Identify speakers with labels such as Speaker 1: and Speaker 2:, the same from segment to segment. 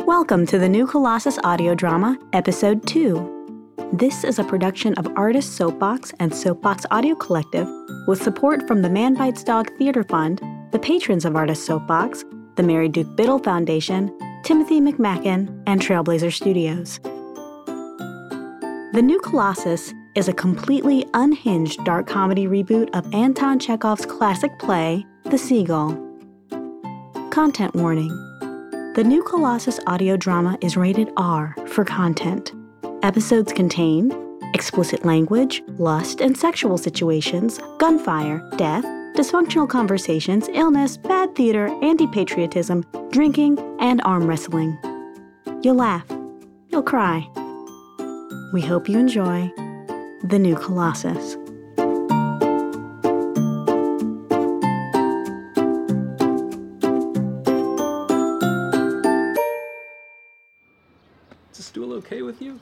Speaker 1: Welcome to the New Colossus audio drama, Episode 2. This is a production of Artist Soapbox and Soapbox Audio Collective with support from the Man Bites Dog Theater Fund, the patrons of Artist Soapbox, the Mary Duke Biddle Foundation, Timothy McMacken, and Trailblazer Studios. The New Colossus is a completely unhinged dark comedy reboot of Anton Chekhov's classic play, The Seagull. Content warning The New Colossus audio drama is rated R for content. Episodes contain explicit language, lust and sexual situations, gunfire, death, dysfunctional conversations, illness, bad theater, anti patriotism, drinking, and arm wrestling. You'll laugh. You'll cry. We hope you enjoy The New Colossus.
Speaker 2: Is the stool okay with you?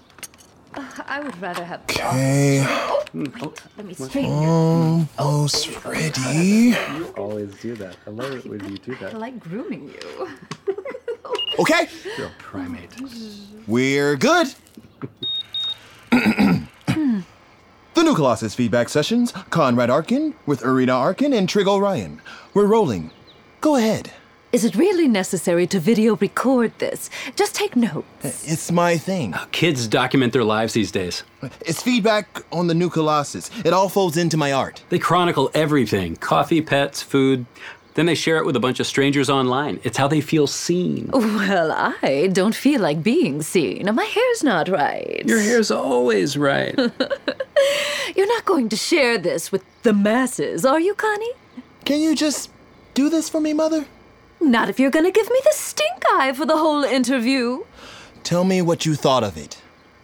Speaker 3: I would rather have.
Speaker 4: Okay,
Speaker 3: Oh,
Speaker 2: Oh,
Speaker 4: Um, oh,
Speaker 3: Let me Oh, straighten your.
Speaker 4: almost ready.
Speaker 2: You always do that. I love it when you do
Speaker 3: I
Speaker 2: that.
Speaker 3: like grooming you.
Speaker 4: Okay,
Speaker 2: You're a primate.
Speaker 4: we're good. the new Colossus feedback sessions Conrad Arkin with Irina Arkin and Trig O'Ryan. We're rolling. Go ahead.
Speaker 3: Is it really necessary to video record this? Just take notes.
Speaker 4: It's my thing.
Speaker 2: Uh, Kids document their lives these days.
Speaker 4: It's feedback on the new Colossus. It all folds into my art.
Speaker 2: They chronicle everything coffee, pets, food. Then they share it with a bunch of strangers online. It's how they feel seen.
Speaker 3: Well, I don't feel like being seen. My hair's not right.
Speaker 2: Your hair's always right.
Speaker 3: You're not going to share this with the masses, are you, Connie?
Speaker 4: Can you just do this for me, Mother?
Speaker 3: Not if you're going to give me the stink eye for the whole interview.
Speaker 4: Tell me what you thought of it.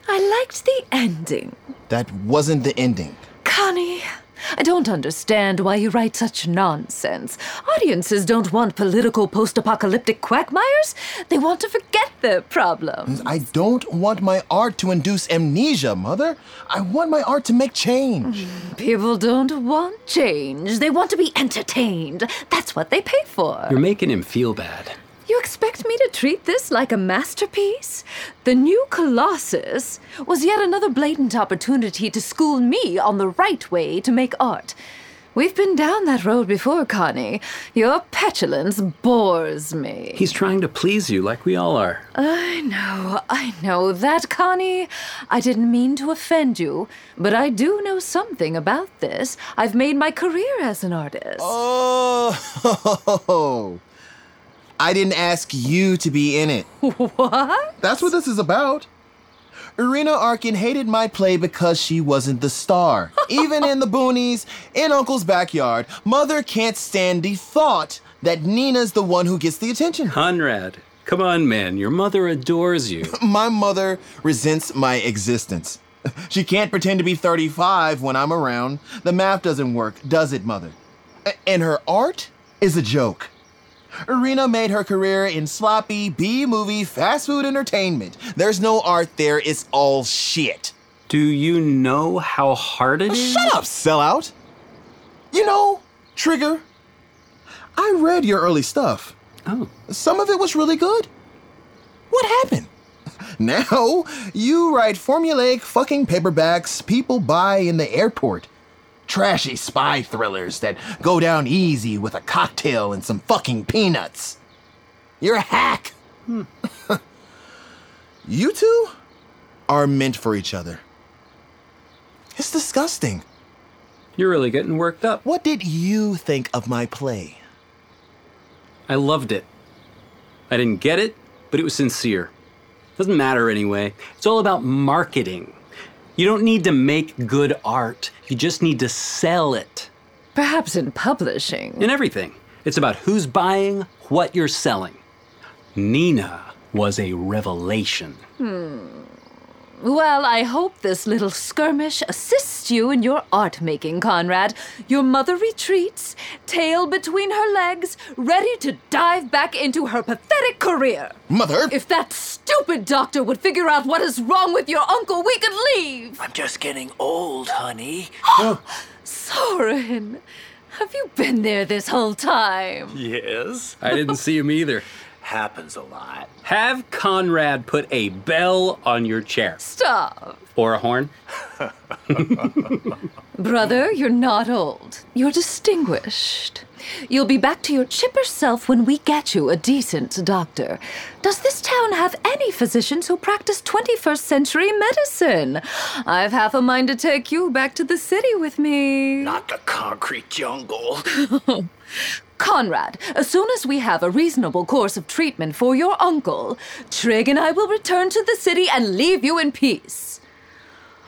Speaker 3: I liked the ending.
Speaker 4: That wasn't the ending.
Speaker 3: Connie, I don't understand why you write such nonsense. Audiences don't want political post apocalyptic quagmires, they want to forget their problems.
Speaker 4: I don't want my art to induce amnesia, Mother. I want my art to make change.
Speaker 3: People don't want change, they want to be entertained. That's what they pay for.
Speaker 2: You're making him feel bad.
Speaker 3: You expect me to treat this like a masterpiece? The new Colossus was yet another blatant opportunity to school me on the right way to make art. We've been down that road before, Connie. Your petulance bores me.
Speaker 2: He's trying to please you like we all are.
Speaker 3: I know, I know that, Connie. I didn't mean to offend you, but I do know something about this. I've made my career as an artist.
Speaker 4: Oh, I didn't ask you to be in it. Oh.
Speaker 3: What?
Speaker 4: That's what this is about. Irina Arkin hated my play because she wasn't the star. Even in the boonies, in Uncle's backyard, Mother can't stand the thought that Nina's the one who gets the attention.
Speaker 2: Conrad, come on, man. Your mother adores you.
Speaker 4: My mother resents my existence. She can't pretend to be 35 when I'm around. The math doesn't work, does it, Mother? A- And her art is a joke. Irina made her career in sloppy B movie fast food entertainment. There's no art there, it's all shit.
Speaker 2: Do you know how hard it is?
Speaker 4: Shut up, sellout! You know, Trigger, I read your early stuff.
Speaker 2: Oh.
Speaker 4: Some of it was really good. What happened? Now you write formulaic fucking paperbacks people buy in the airport. Trashy spy thrillers that go down easy with a cocktail and some fucking peanuts. You're a hack. Hmm. you two are meant for each other. It's disgusting.
Speaker 2: You're really getting worked up.
Speaker 4: What did you think of my play?
Speaker 2: I loved it. I didn't get it, but it was sincere. Doesn't matter anyway. It's all about marketing. You don't need to make good art, you just need to sell it
Speaker 3: Perhaps in publishing.
Speaker 2: in everything. It's about who's buying, what you're selling. Nina was a revelation.
Speaker 3: Hmm. Well, I hope this little skirmish assists you in your art making, Conrad. Your mother retreats, tail between her legs, ready to dive back into her pathetic career.
Speaker 4: Mother,
Speaker 3: If that stupid doctor would figure out what is wrong with your uncle, we could leave.
Speaker 5: I'm just getting old, honey.
Speaker 3: Oh, Soren, have you been there this whole time?
Speaker 5: Yes.
Speaker 2: I didn't see him either.
Speaker 5: happens a lot.
Speaker 2: Have Conrad put a bell on your chair
Speaker 3: Stop.
Speaker 2: or a horn.
Speaker 3: Brother, you're not old. You're distinguished. You'll be back to your chipper self when we get you a decent doctor. Does this town have any physicians who practice 21st century medicine? I've half a mind to take you back to the city with me.
Speaker 5: Not the concrete jungle.
Speaker 3: Conrad, as soon as we have a reasonable course of treatment for your uncle, Trig and I will return to the city and leave you in peace.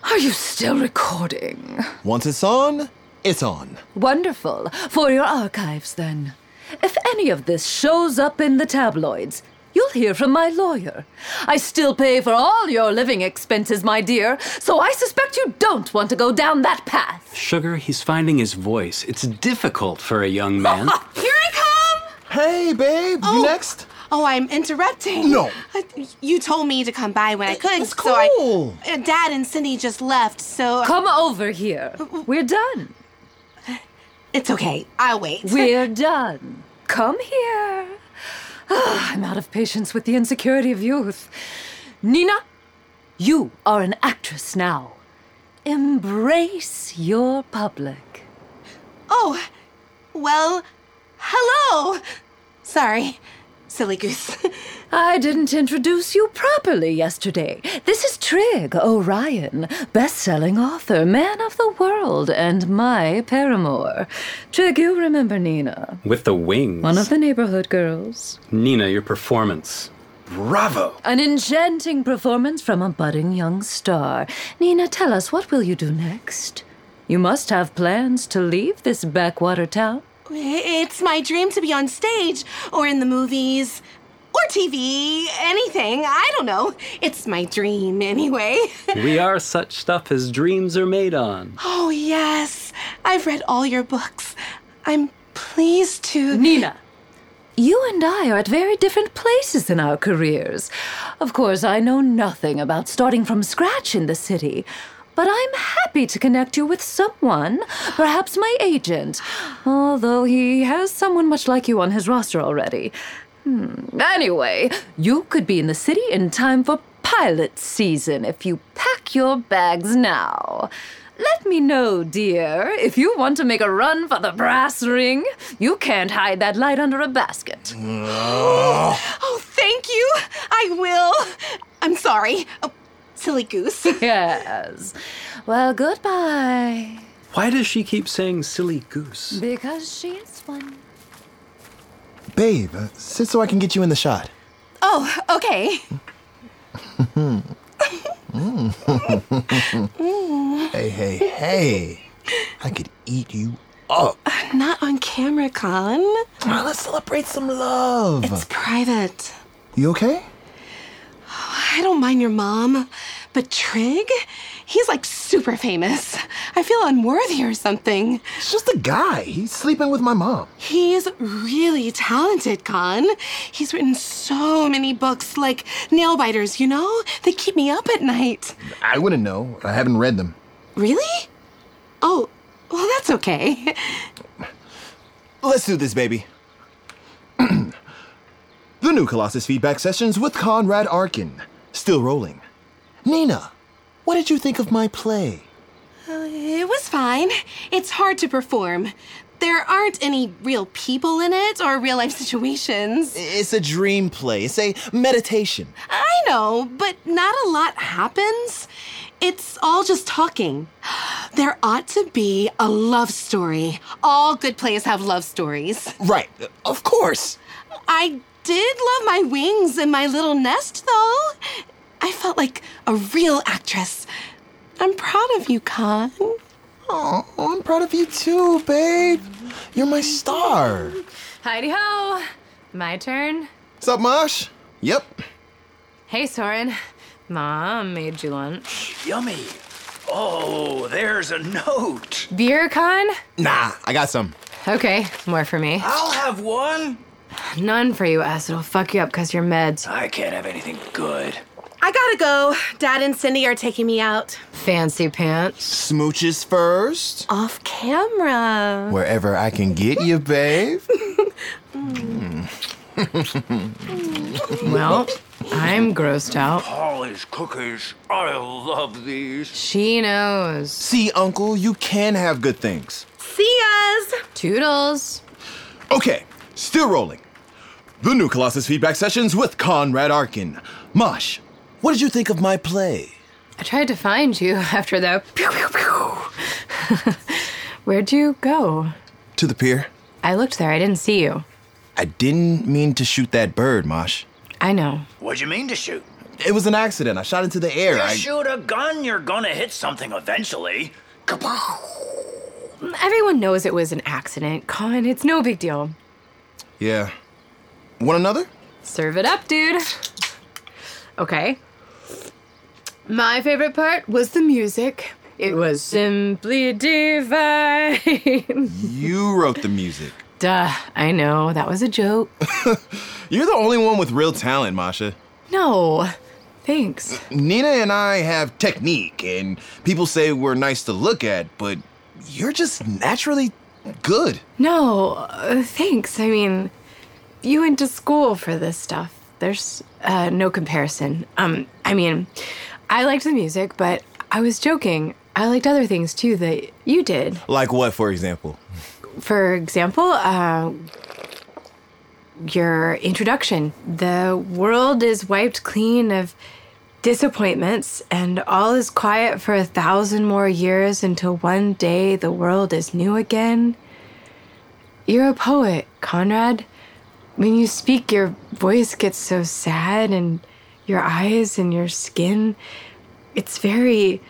Speaker 3: Are you still recording?
Speaker 4: Once it's on, it's on.
Speaker 3: Wonderful. For your archives, then. If any of this shows up in the tabloids, you'll hear from my lawyer. I still pay for all your living expenses, my dear, so I suspect you don't want to go down that path.
Speaker 2: Sugar, he's finding his voice. It's difficult for a young man.
Speaker 6: Here I come!
Speaker 4: Hey, babe, you next?
Speaker 6: Oh, I'm interrupting.
Speaker 4: No.
Speaker 6: I- You told me to come by when I could,
Speaker 4: it's
Speaker 6: so I.
Speaker 4: cool.
Speaker 6: Uh, Dad and Cindy just left, so Uh,
Speaker 3: Come over here. We're done.
Speaker 6: it's okay. I'll wait.
Speaker 3: We're done. Come here. Ah, I'm out of patience with the insecurity of youth. Nina, you are an actress now. Embrace your public.
Speaker 6: oh, well, hello. Sorry, silly goose.
Speaker 3: I didn't introduce you properly yesterday. This is Trig Orion, best-selling author, man of the world, and my paramour. Trig, you remember Nina,
Speaker 2: With the wings.
Speaker 3: one of the neighborhood girls.
Speaker 2: Nina, your performance. Bravo.
Speaker 3: An enchanting performance from a budding young star. Nina, tell us, what will you do next? You must have plans to leave this backwater town.
Speaker 6: it's my dream to be on stage or in the movies. Or TV, anything. I don't know. It's my dream anyway.
Speaker 2: we are such stuff as dreams are made on.
Speaker 6: oh, yes. I've read all your books. I'm pleased to.
Speaker 3: Nina. You and I are at very different places in our careers. Of course, I know nothing about starting from scratch in the city, but I'm happy to connect you with someone, perhaps my agent, although he has someone much like you on his roster already. Hmm. Anyway, you could be in the city in time for pilot season if you pack your bags now. Let me know, dear, if you want to make a run for the brass ring. You can't hide that light under a basket.
Speaker 6: Oh, thank you. I will. I'm sorry. Oh, silly goose.
Speaker 3: Yes. Well, goodbye.
Speaker 2: Why does she keep saying silly goose?
Speaker 3: Because she is one.
Speaker 4: Babe, uh, sit so I can get you in the shot.
Speaker 6: Oh, okay. Mm.
Speaker 4: Hey, hey, hey. I could eat you up.
Speaker 6: Uh, Not on camera, Colin.
Speaker 4: Ah, Oh. let's celebrate some love.
Speaker 6: It's private.
Speaker 4: you okay?
Speaker 6: I don't mind your mom, but Trig? He's like super famous. I feel unworthy or something.
Speaker 4: It's just a guy. He's sleeping with my mom.
Speaker 6: He's really talented, Con. He's written so many books, like nail biters, you know? They keep me up at night.
Speaker 4: I wouldn't know. I haven't read them.
Speaker 6: Really? Oh, well, that's okay.
Speaker 4: Let's do this, baby. the new Colossus feedback sessions with Conrad Arkin. Still rolling. Nina, what did you think of my play?
Speaker 6: Uh, It was fine. It's hard to perform. There aren't any real people in it or real life situations.
Speaker 4: It's a dream play. It's a meditation.
Speaker 6: I know, but not a lot happens. It's all just talking. There ought to be a love story. All good plays have love stories.
Speaker 4: Right, of course.
Speaker 6: I did love my wings and my little nest, though. I felt like a real actress. I'm proud of you, Con.
Speaker 4: Oh, I'm proud of you too, babe. You're my star.
Speaker 7: Heidi ho! My turn.
Speaker 4: What's up, Mosh? Yep.
Speaker 7: Hey, Soren. Mom made you lunch.
Speaker 5: Yummy. Oh, there's a note.
Speaker 7: Beer con?
Speaker 4: Nah, I got some.
Speaker 7: Okay, more for me.
Speaker 5: I'll have one.
Speaker 7: None for you, ass. It'll fuck you up because your meds.
Speaker 5: I can't have anything good.
Speaker 6: I gotta go. Dad and Cindy are taking me out.
Speaker 7: Fancy pants.
Speaker 4: Smooches first.
Speaker 6: Off camera.
Speaker 4: Hmm. Wherever I can get you, babe.
Speaker 7: Well, I'm grossed out.
Speaker 5: Polly's cookies. I love these.
Speaker 7: She knows.
Speaker 4: See, Uncle, you can have good things.
Speaker 6: See us.
Speaker 7: Toodles.
Speaker 4: Okay, still rolling. The new Colossus feedback sessions with Conrad Arkin. Mosh, what did you think of my play?
Speaker 7: I tried to find you after the pew pew pew. Where'd you go?
Speaker 4: To the pier.
Speaker 7: I looked there. I didn't see you.
Speaker 4: I didn't mean to shoot that bird, Mosh.
Speaker 7: I know.
Speaker 5: What'd you mean to shoot?
Speaker 4: It was an accident. I shot into the air.
Speaker 5: You
Speaker 4: I-
Speaker 5: shoot a gun, you're gonna hit something eventually. Kapow!
Speaker 7: Everyone knows it was an accident. Con, it's no big deal.
Speaker 4: yeah. One another?
Speaker 7: Serve it up, dude. Okay. My favorite part was the music. It was simply divine.
Speaker 4: You wrote the music.
Speaker 7: Duh, I know, that was a joke.
Speaker 4: You're the only one with real talent, Masha.
Speaker 7: No, thanks.
Speaker 4: Nina and I have technique, and people say we're nice to look at, but you're just naturally good.
Speaker 7: No, uh, thanks. I mean, you went to school for this stuff. There's uh, no comparison. Um, I mean, I liked the music, but I was joking. I liked other things too that you did.
Speaker 4: Like what, for example?
Speaker 7: For example, uh, your introduction. The world is wiped clean of disappointments, and all is quiet for a thousand more years until one day the world is new again. You're a poet, Conrad. When you speak, your voice gets so sad, and your eyes and your skin. It's very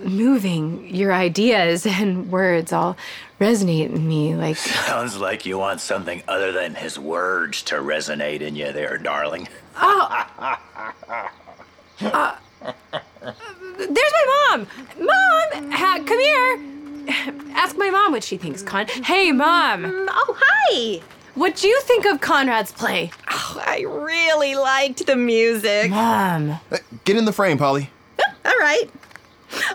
Speaker 7: moving. Your ideas and words all resonate in me like
Speaker 5: Sounds like you want something other than his words to resonate in you there, darling.
Speaker 7: "Oh, uh, There's my mom. Mom, ha, come here. Ask my mom what she thinks, Con. Hey, mom.
Speaker 8: Oh, hi!
Speaker 7: What do you think of Conrad's play?
Speaker 8: Oh, I really liked the music.
Speaker 7: Mom.
Speaker 4: Get in the frame, Polly.
Speaker 8: All right.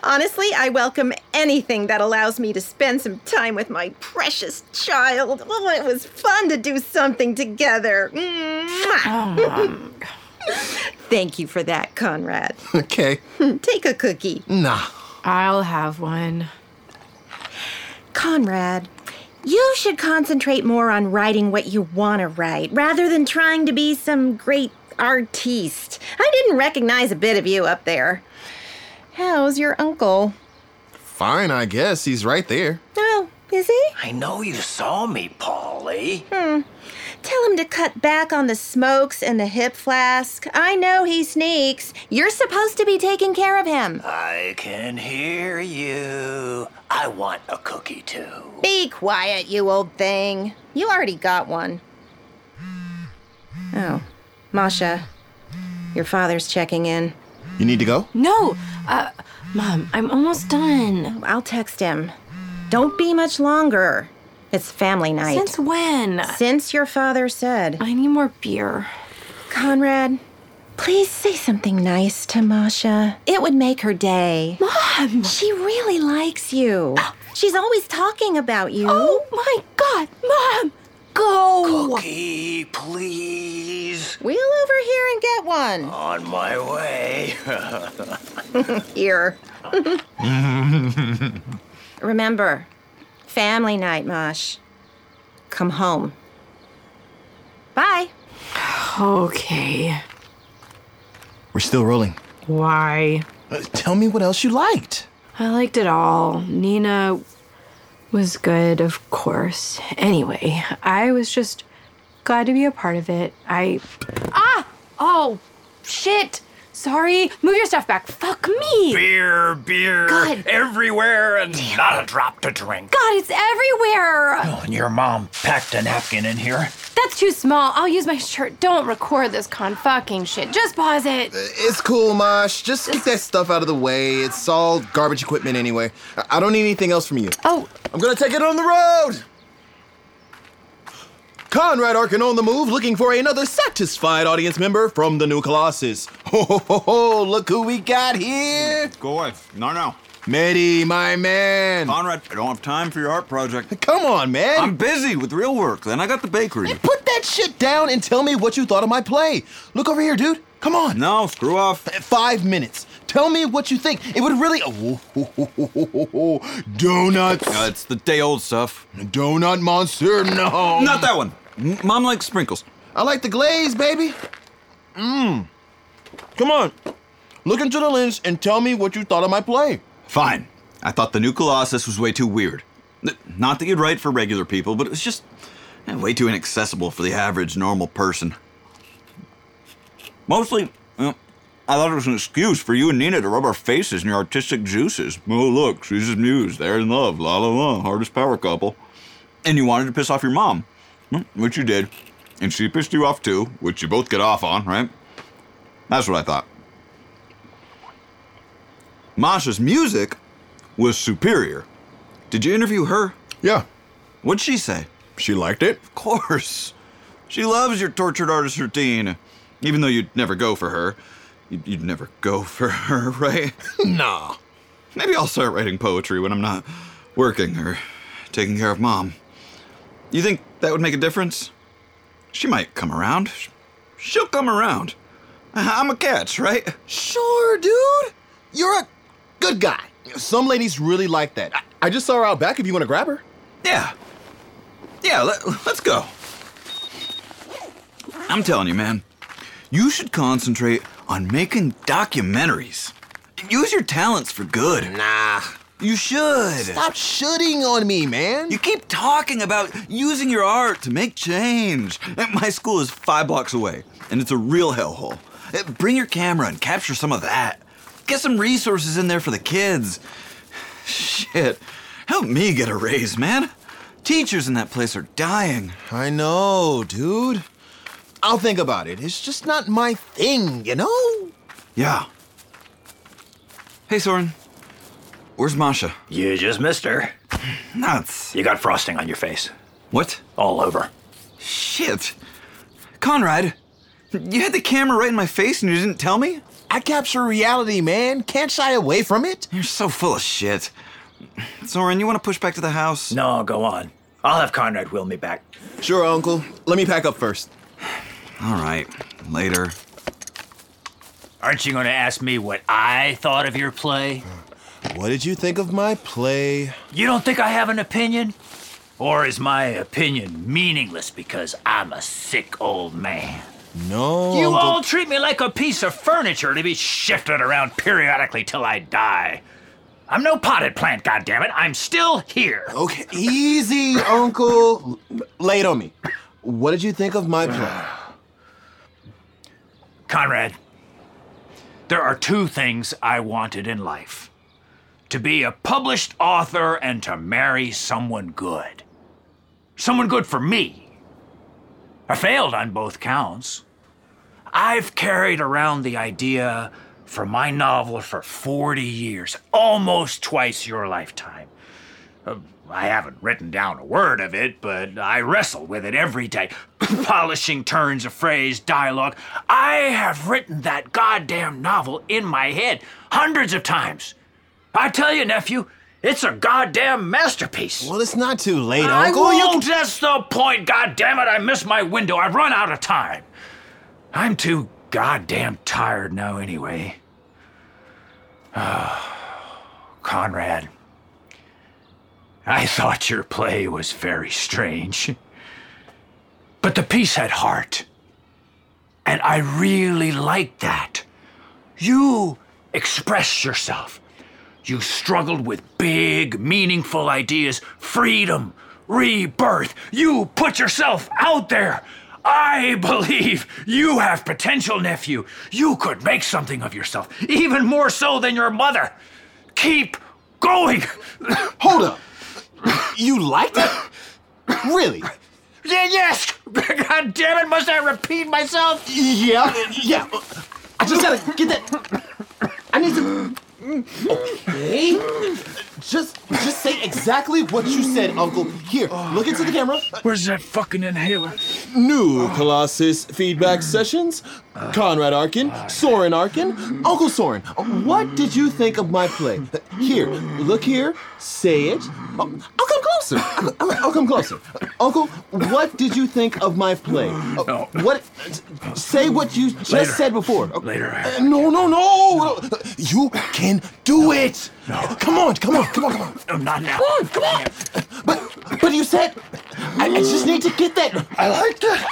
Speaker 8: Honestly, I welcome anything that allows me to spend some time with my precious child. Oh, it was fun to do something together. Mwah. Thank you for that, Conrad.
Speaker 4: Okay.
Speaker 8: Hmm, Take a cookie.
Speaker 4: Nah.
Speaker 7: I'll have one.
Speaker 8: Conrad, you should concentrate more on writing what you want to write rather than trying to be some great artiste. I didn't recognize a bit of you up there. How's your uncle?
Speaker 4: Fine, I guess. He's right there.
Speaker 8: Oh, is he? Hmm.
Speaker 5: I know you saw me, Polly.
Speaker 8: Tell him to cut back on the smokes and the hip flask. I know he sneaks. You're supposed to be taking care of him.
Speaker 5: I can hear you. I want a cookie too.
Speaker 8: Be quiet, you old thing. You already got one. Oh, Masha, your father's checking in.
Speaker 4: You need to go?
Speaker 7: No. Uh, mom, I'm almost done.
Speaker 8: I'll text him. Don't be much longer. It's family night.
Speaker 7: Since when?
Speaker 8: Since your father said,
Speaker 7: I need more beer.
Speaker 8: Conrad, please say something nice to Masha. It would make her day.
Speaker 7: Mom.
Speaker 8: She really likes you. She's always talking about you.
Speaker 7: Oh my God, Mom. Go.
Speaker 5: Cookie, please.
Speaker 8: Wheel over here and get one.
Speaker 5: On my way. Oh.
Speaker 8: Here. Remember, family night, Mosh. Come home. Bye.
Speaker 7: Okay.
Speaker 4: We're still rolling.
Speaker 7: Why?
Speaker 4: Uh, tell me what else you liked.
Speaker 7: I liked it all. Nina was good, of course. Anyway, I was just glad to be a part of it. I. Ah! Oh, shit! Sorry. Move your stuff back. Fuck me!
Speaker 5: beer, beer.
Speaker 7: God.
Speaker 5: Everywhere and not a drop to drink.
Speaker 7: God, it's everywhere!
Speaker 5: Oh, and your mom packed a napkin in here.
Speaker 7: That's too small. I'll use my shirt. Don't record this con fucking shit. Just pause it.
Speaker 4: It's cool, Mosh. Just get that stuff out of the way. It's all garbage equipment anyway. I- I don't need anything else from you.
Speaker 7: Oh,
Speaker 4: I'm gonna take it on the road! Conrad Arkin on the move looking for another satisfied audience member from the new Colossus. Ho ho ho ho, look who we got here!
Speaker 9: Go away. No, no.
Speaker 4: Mehdi, my man!
Speaker 9: Conrad, I don't have time for your art project.
Speaker 4: Come on, man!
Speaker 9: I'm busy with real work. Then I got the bakery.
Speaker 4: Put that that shit down and tell me what you thought of my play. Look over here, dude. Come on.
Speaker 9: No, screw off.
Speaker 4: Five minutes. Tell me what you think. It would really. Oh, donuts.
Speaker 9: Uh, it's the day old stuff.
Speaker 4: Donut monster. No.
Speaker 9: Not that one. M- Mom likes sprinkles.
Speaker 4: I like the glaze, baby. Mmm. Come on. Look into the lens and tell me what you thought of my play.
Speaker 9: Fine. I thought the new Colossus was way too weird. N- Not that you'd write for regular people, but it was just eh, way too inaccessible for the average normal person. Mostly, uh, I thought it was an excuse for you and Nina to rub our faces in your artistic juices. Oh, look, she's amused, they're in love, la la la, hardest power couple. And you wanted to piss off your mom, Hmm, which you did. And she pissed you off too, which you both get off on, right? That's what I thought. Masha's music was superior. Did you interview her?
Speaker 4: Yeah,
Speaker 9: What'd she say?
Speaker 4: she liked it.
Speaker 9: Of course. She loves your tortured artist routine. Even though you'd never go for her. You'd, you'd never go for her, right?
Speaker 4: Nah.
Speaker 9: Maybe I'll start writing poetry when I'm not working or taking care of mom. You think that would make a difference? She might come around. Sh- She'll come around. I- I'm a catch, right?
Speaker 4: Sure, dude. You're a good guy. Some ladies really like that. I, I just saw her out back if you want to grab her.
Speaker 9: Yeah. Yeah, let, us go. I'm telling you, man, you should concentrate on making documentaries. Use your talents for good.
Speaker 4: Nah.
Speaker 9: You should.
Speaker 4: Stop shooting on me, man.
Speaker 9: You keep talking about using your art to make change. And My school is five blocks away, and it's a real hellhole. Uh, Bring your camera and capture some of that. Get some resources in there for the kids. Shit, help me get a raise, man. Teachers in that place are dying.
Speaker 4: I know, dude. I'll think about it. It's just not my thing, you know?
Speaker 9: Yeah. Hey, Soren. Where's Masha?
Speaker 5: You just missed her.
Speaker 9: Nuts.
Speaker 5: You got frosting on your face.
Speaker 9: What?
Speaker 5: All over.
Speaker 9: Shit. Conrad, you had the camera right in my face and you didn't tell me?
Speaker 4: I capture reality, man. Can't shy away from it.
Speaker 9: You're so full of shit. Soren, you want to push back to the house?
Speaker 5: No, go on. I'll have Conrad wheel me back.
Speaker 4: Sure, Uncle. Let me pack up first.
Speaker 9: All right, later.
Speaker 5: Aren't you going to ask me what I thought of your play?
Speaker 4: What did you think of my play?
Speaker 5: You don't think I have an opinion? Or is my opinion meaningless because I'm a sick old man?
Speaker 4: No.
Speaker 5: You
Speaker 4: Oh, Uncle.
Speaker 5: all treat me like a piece of furniture to be shifted around periodically till I die. I'm no potted plant, goddammit. I'm still here.
Speaker 4: Okay, easy, Uncle. Lay it on me. What did you think of my play?
Speaker 5: Conrad, there are two things I wanted in life to be a published author and to marry someone good. Someone good for me. I failed on both counts. I've carried around the idea for my novel for 40 years, almost twice your lifetime. Uh, I haven't written down a word of it, but I wrestle with it every day. Polishing turns of phrase, dialogue. I have written that goddamn novel in my head hundreds of times. I tell you, nephew, it's a goddamn masterpiece.
Speaker 4: Well, it's not too late,
Speaker 5: I
Speaker 4: Uncle. You
Speaker 5: won't. That's the point. God damn it! I missed my window. I've run out of time. I'm too goddamn tired now, anyway. Ah, Conrad, I thought your play was very strange, but the piece had heart, and I really liked that. You expressed yourself. You struggled with big, meaningful ideas freedom, rebirth. You put yourself out there. I believe you have potential, nephew. You could make something of yourself, even more so than your mother. Keep going.
Speaker 4: Hold up. You liked it? Really?
Speaker 5: Yeah, yes! God damn it, must I repeat myself?
Speaker 4: Yeah, yeah. I just gotta get that. I need to. Okay. Just, just say exactly what you said, Uncle. Here, look into the camera.
Speaker 5: Where's that fucking inhaler?
Speaker 4: New Colossus feedback sessions. Conrad Arkin, Soren Arkin, Uncle Soren. What did you think of my play? Here, look here. Say it. Oh, I'll come closer. I'll- I'll, I'll come closer. Uncle, what did you think of my play? Uh,
Speaker 5: No.
Speaker 4: What? Say what you just
Speaker 5: Later.
Speaker 4: said before.
Speaker 5: Later.
Speaker 4: Uh, no, no, no. You can do it. Come on, come on, come on, come on.
Speaker 5: No, not now.
Speaker 4: Come on, come on. But but you said I, I just need to get that. I liked it.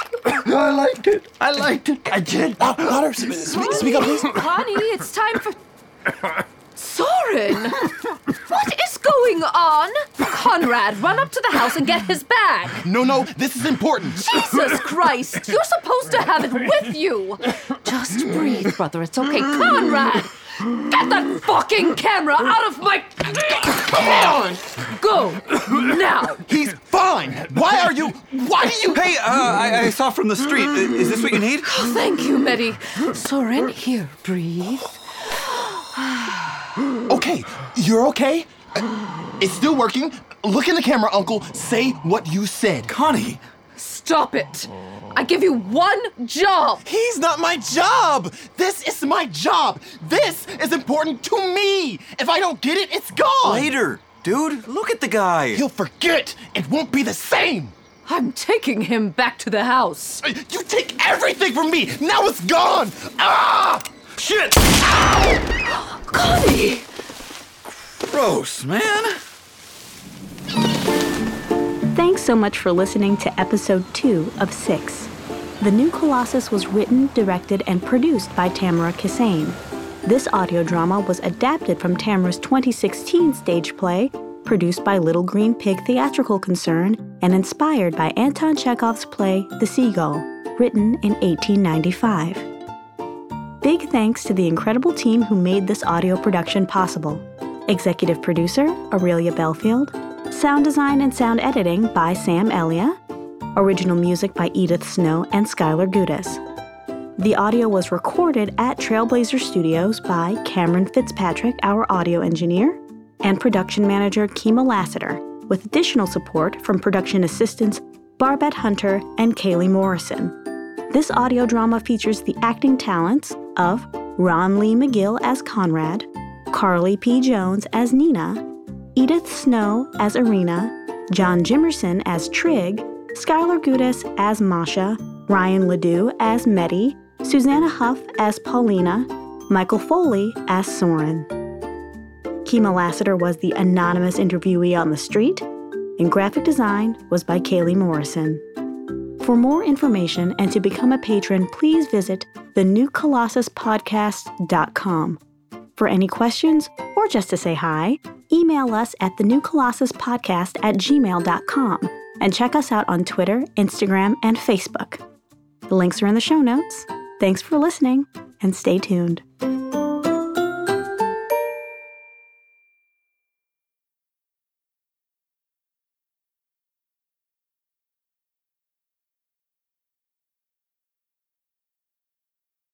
Speaker 4: I liked it. I liked it. I did. Otter, speak, speak, speak up, please.
Speaker 3: Connie, it's time for. Soren! What is going on? Conrad, run up to the house and get his bag!
Speaker 4: No, no, this is important.
Speaker 3: Jesus Christ! You're supposed to have it with you! Just breathe, brother. It's okay. Conrad! Get that fucking camera out of my.
Speaker 4: Come on.
Speaker 3: Go! Now!
Speaker 4: He's fine. Why are you? Why do you?
Speaker 9: Hey, uh, I, I saw from the street. I- Is this what you need?
Speaker 3: Thank you, Meddy. Soren, here, breathe.
Speaker 4: Okay, you're okay. It's still working. Look in the camera, Uncle. Say what you said.
Speaker 9: Connie,
Speaker 3: Stop it! I give you one job!
Speaker 4: He's not my job. This is my job. This is important to me. If I don't get it, it's gone.
Speaker 9: later. Dude, look at the guy.
Speaker 4: He'll forget. It won't be the same.
Speaker 3: I'm taking him back to the house.
Speaker 4: You take everything from me. Now it's gone. Ah! Shit! Ow!
Speaker 3: Connie!
Speaker 9: Gross, man.
Speaker 1: Thanks so much for listening to episode 2 of 6. The New Colossus was written, directed, and produced by Tamara Kisane. This audio drama was adapted from Tamara's 2016 stage play, produced by Little Green Pig Theatrical Concern, and inspired by Anton Chekhov's play The Seagull, written in 1895. Big thanks to the incredible team who made this audio production possible. Executive producer Aurelia Belfield, sound design and sound editing by Sam Elia, original music by Edith Snow and Skylar Gudis. The audio was recorded at Trailblazer Studios by Cameron Fitzpatrick, our audio engineer, and production manager Kima Lassiter, with additional support from production assistants Barbette Hunter and Kaylee Morrison. This audio drama features the acting talents of Ron Lee McGill as Conrad, Carly P. Jones as Nina, Edith Snow as Irina, John Jimerson as Trig, Skylar Gudis as Masha, Ryan Ledoux as Meddy, Susanna Huff as Paulina, Michael Foley as Soren. Kima Lassiter was the anonymous interviewee on the street, and graphic design was by Kaylee Morrison. For more information and to become a patron, please visit thenewcolossuspodcast.com. For any questions or just to say hi, email us at thenewcolossuspodcast at gmail.com and check us out on Twitter, Instagram, and Facebook. The links are in the show notes. Thanks for listening and stay tuned.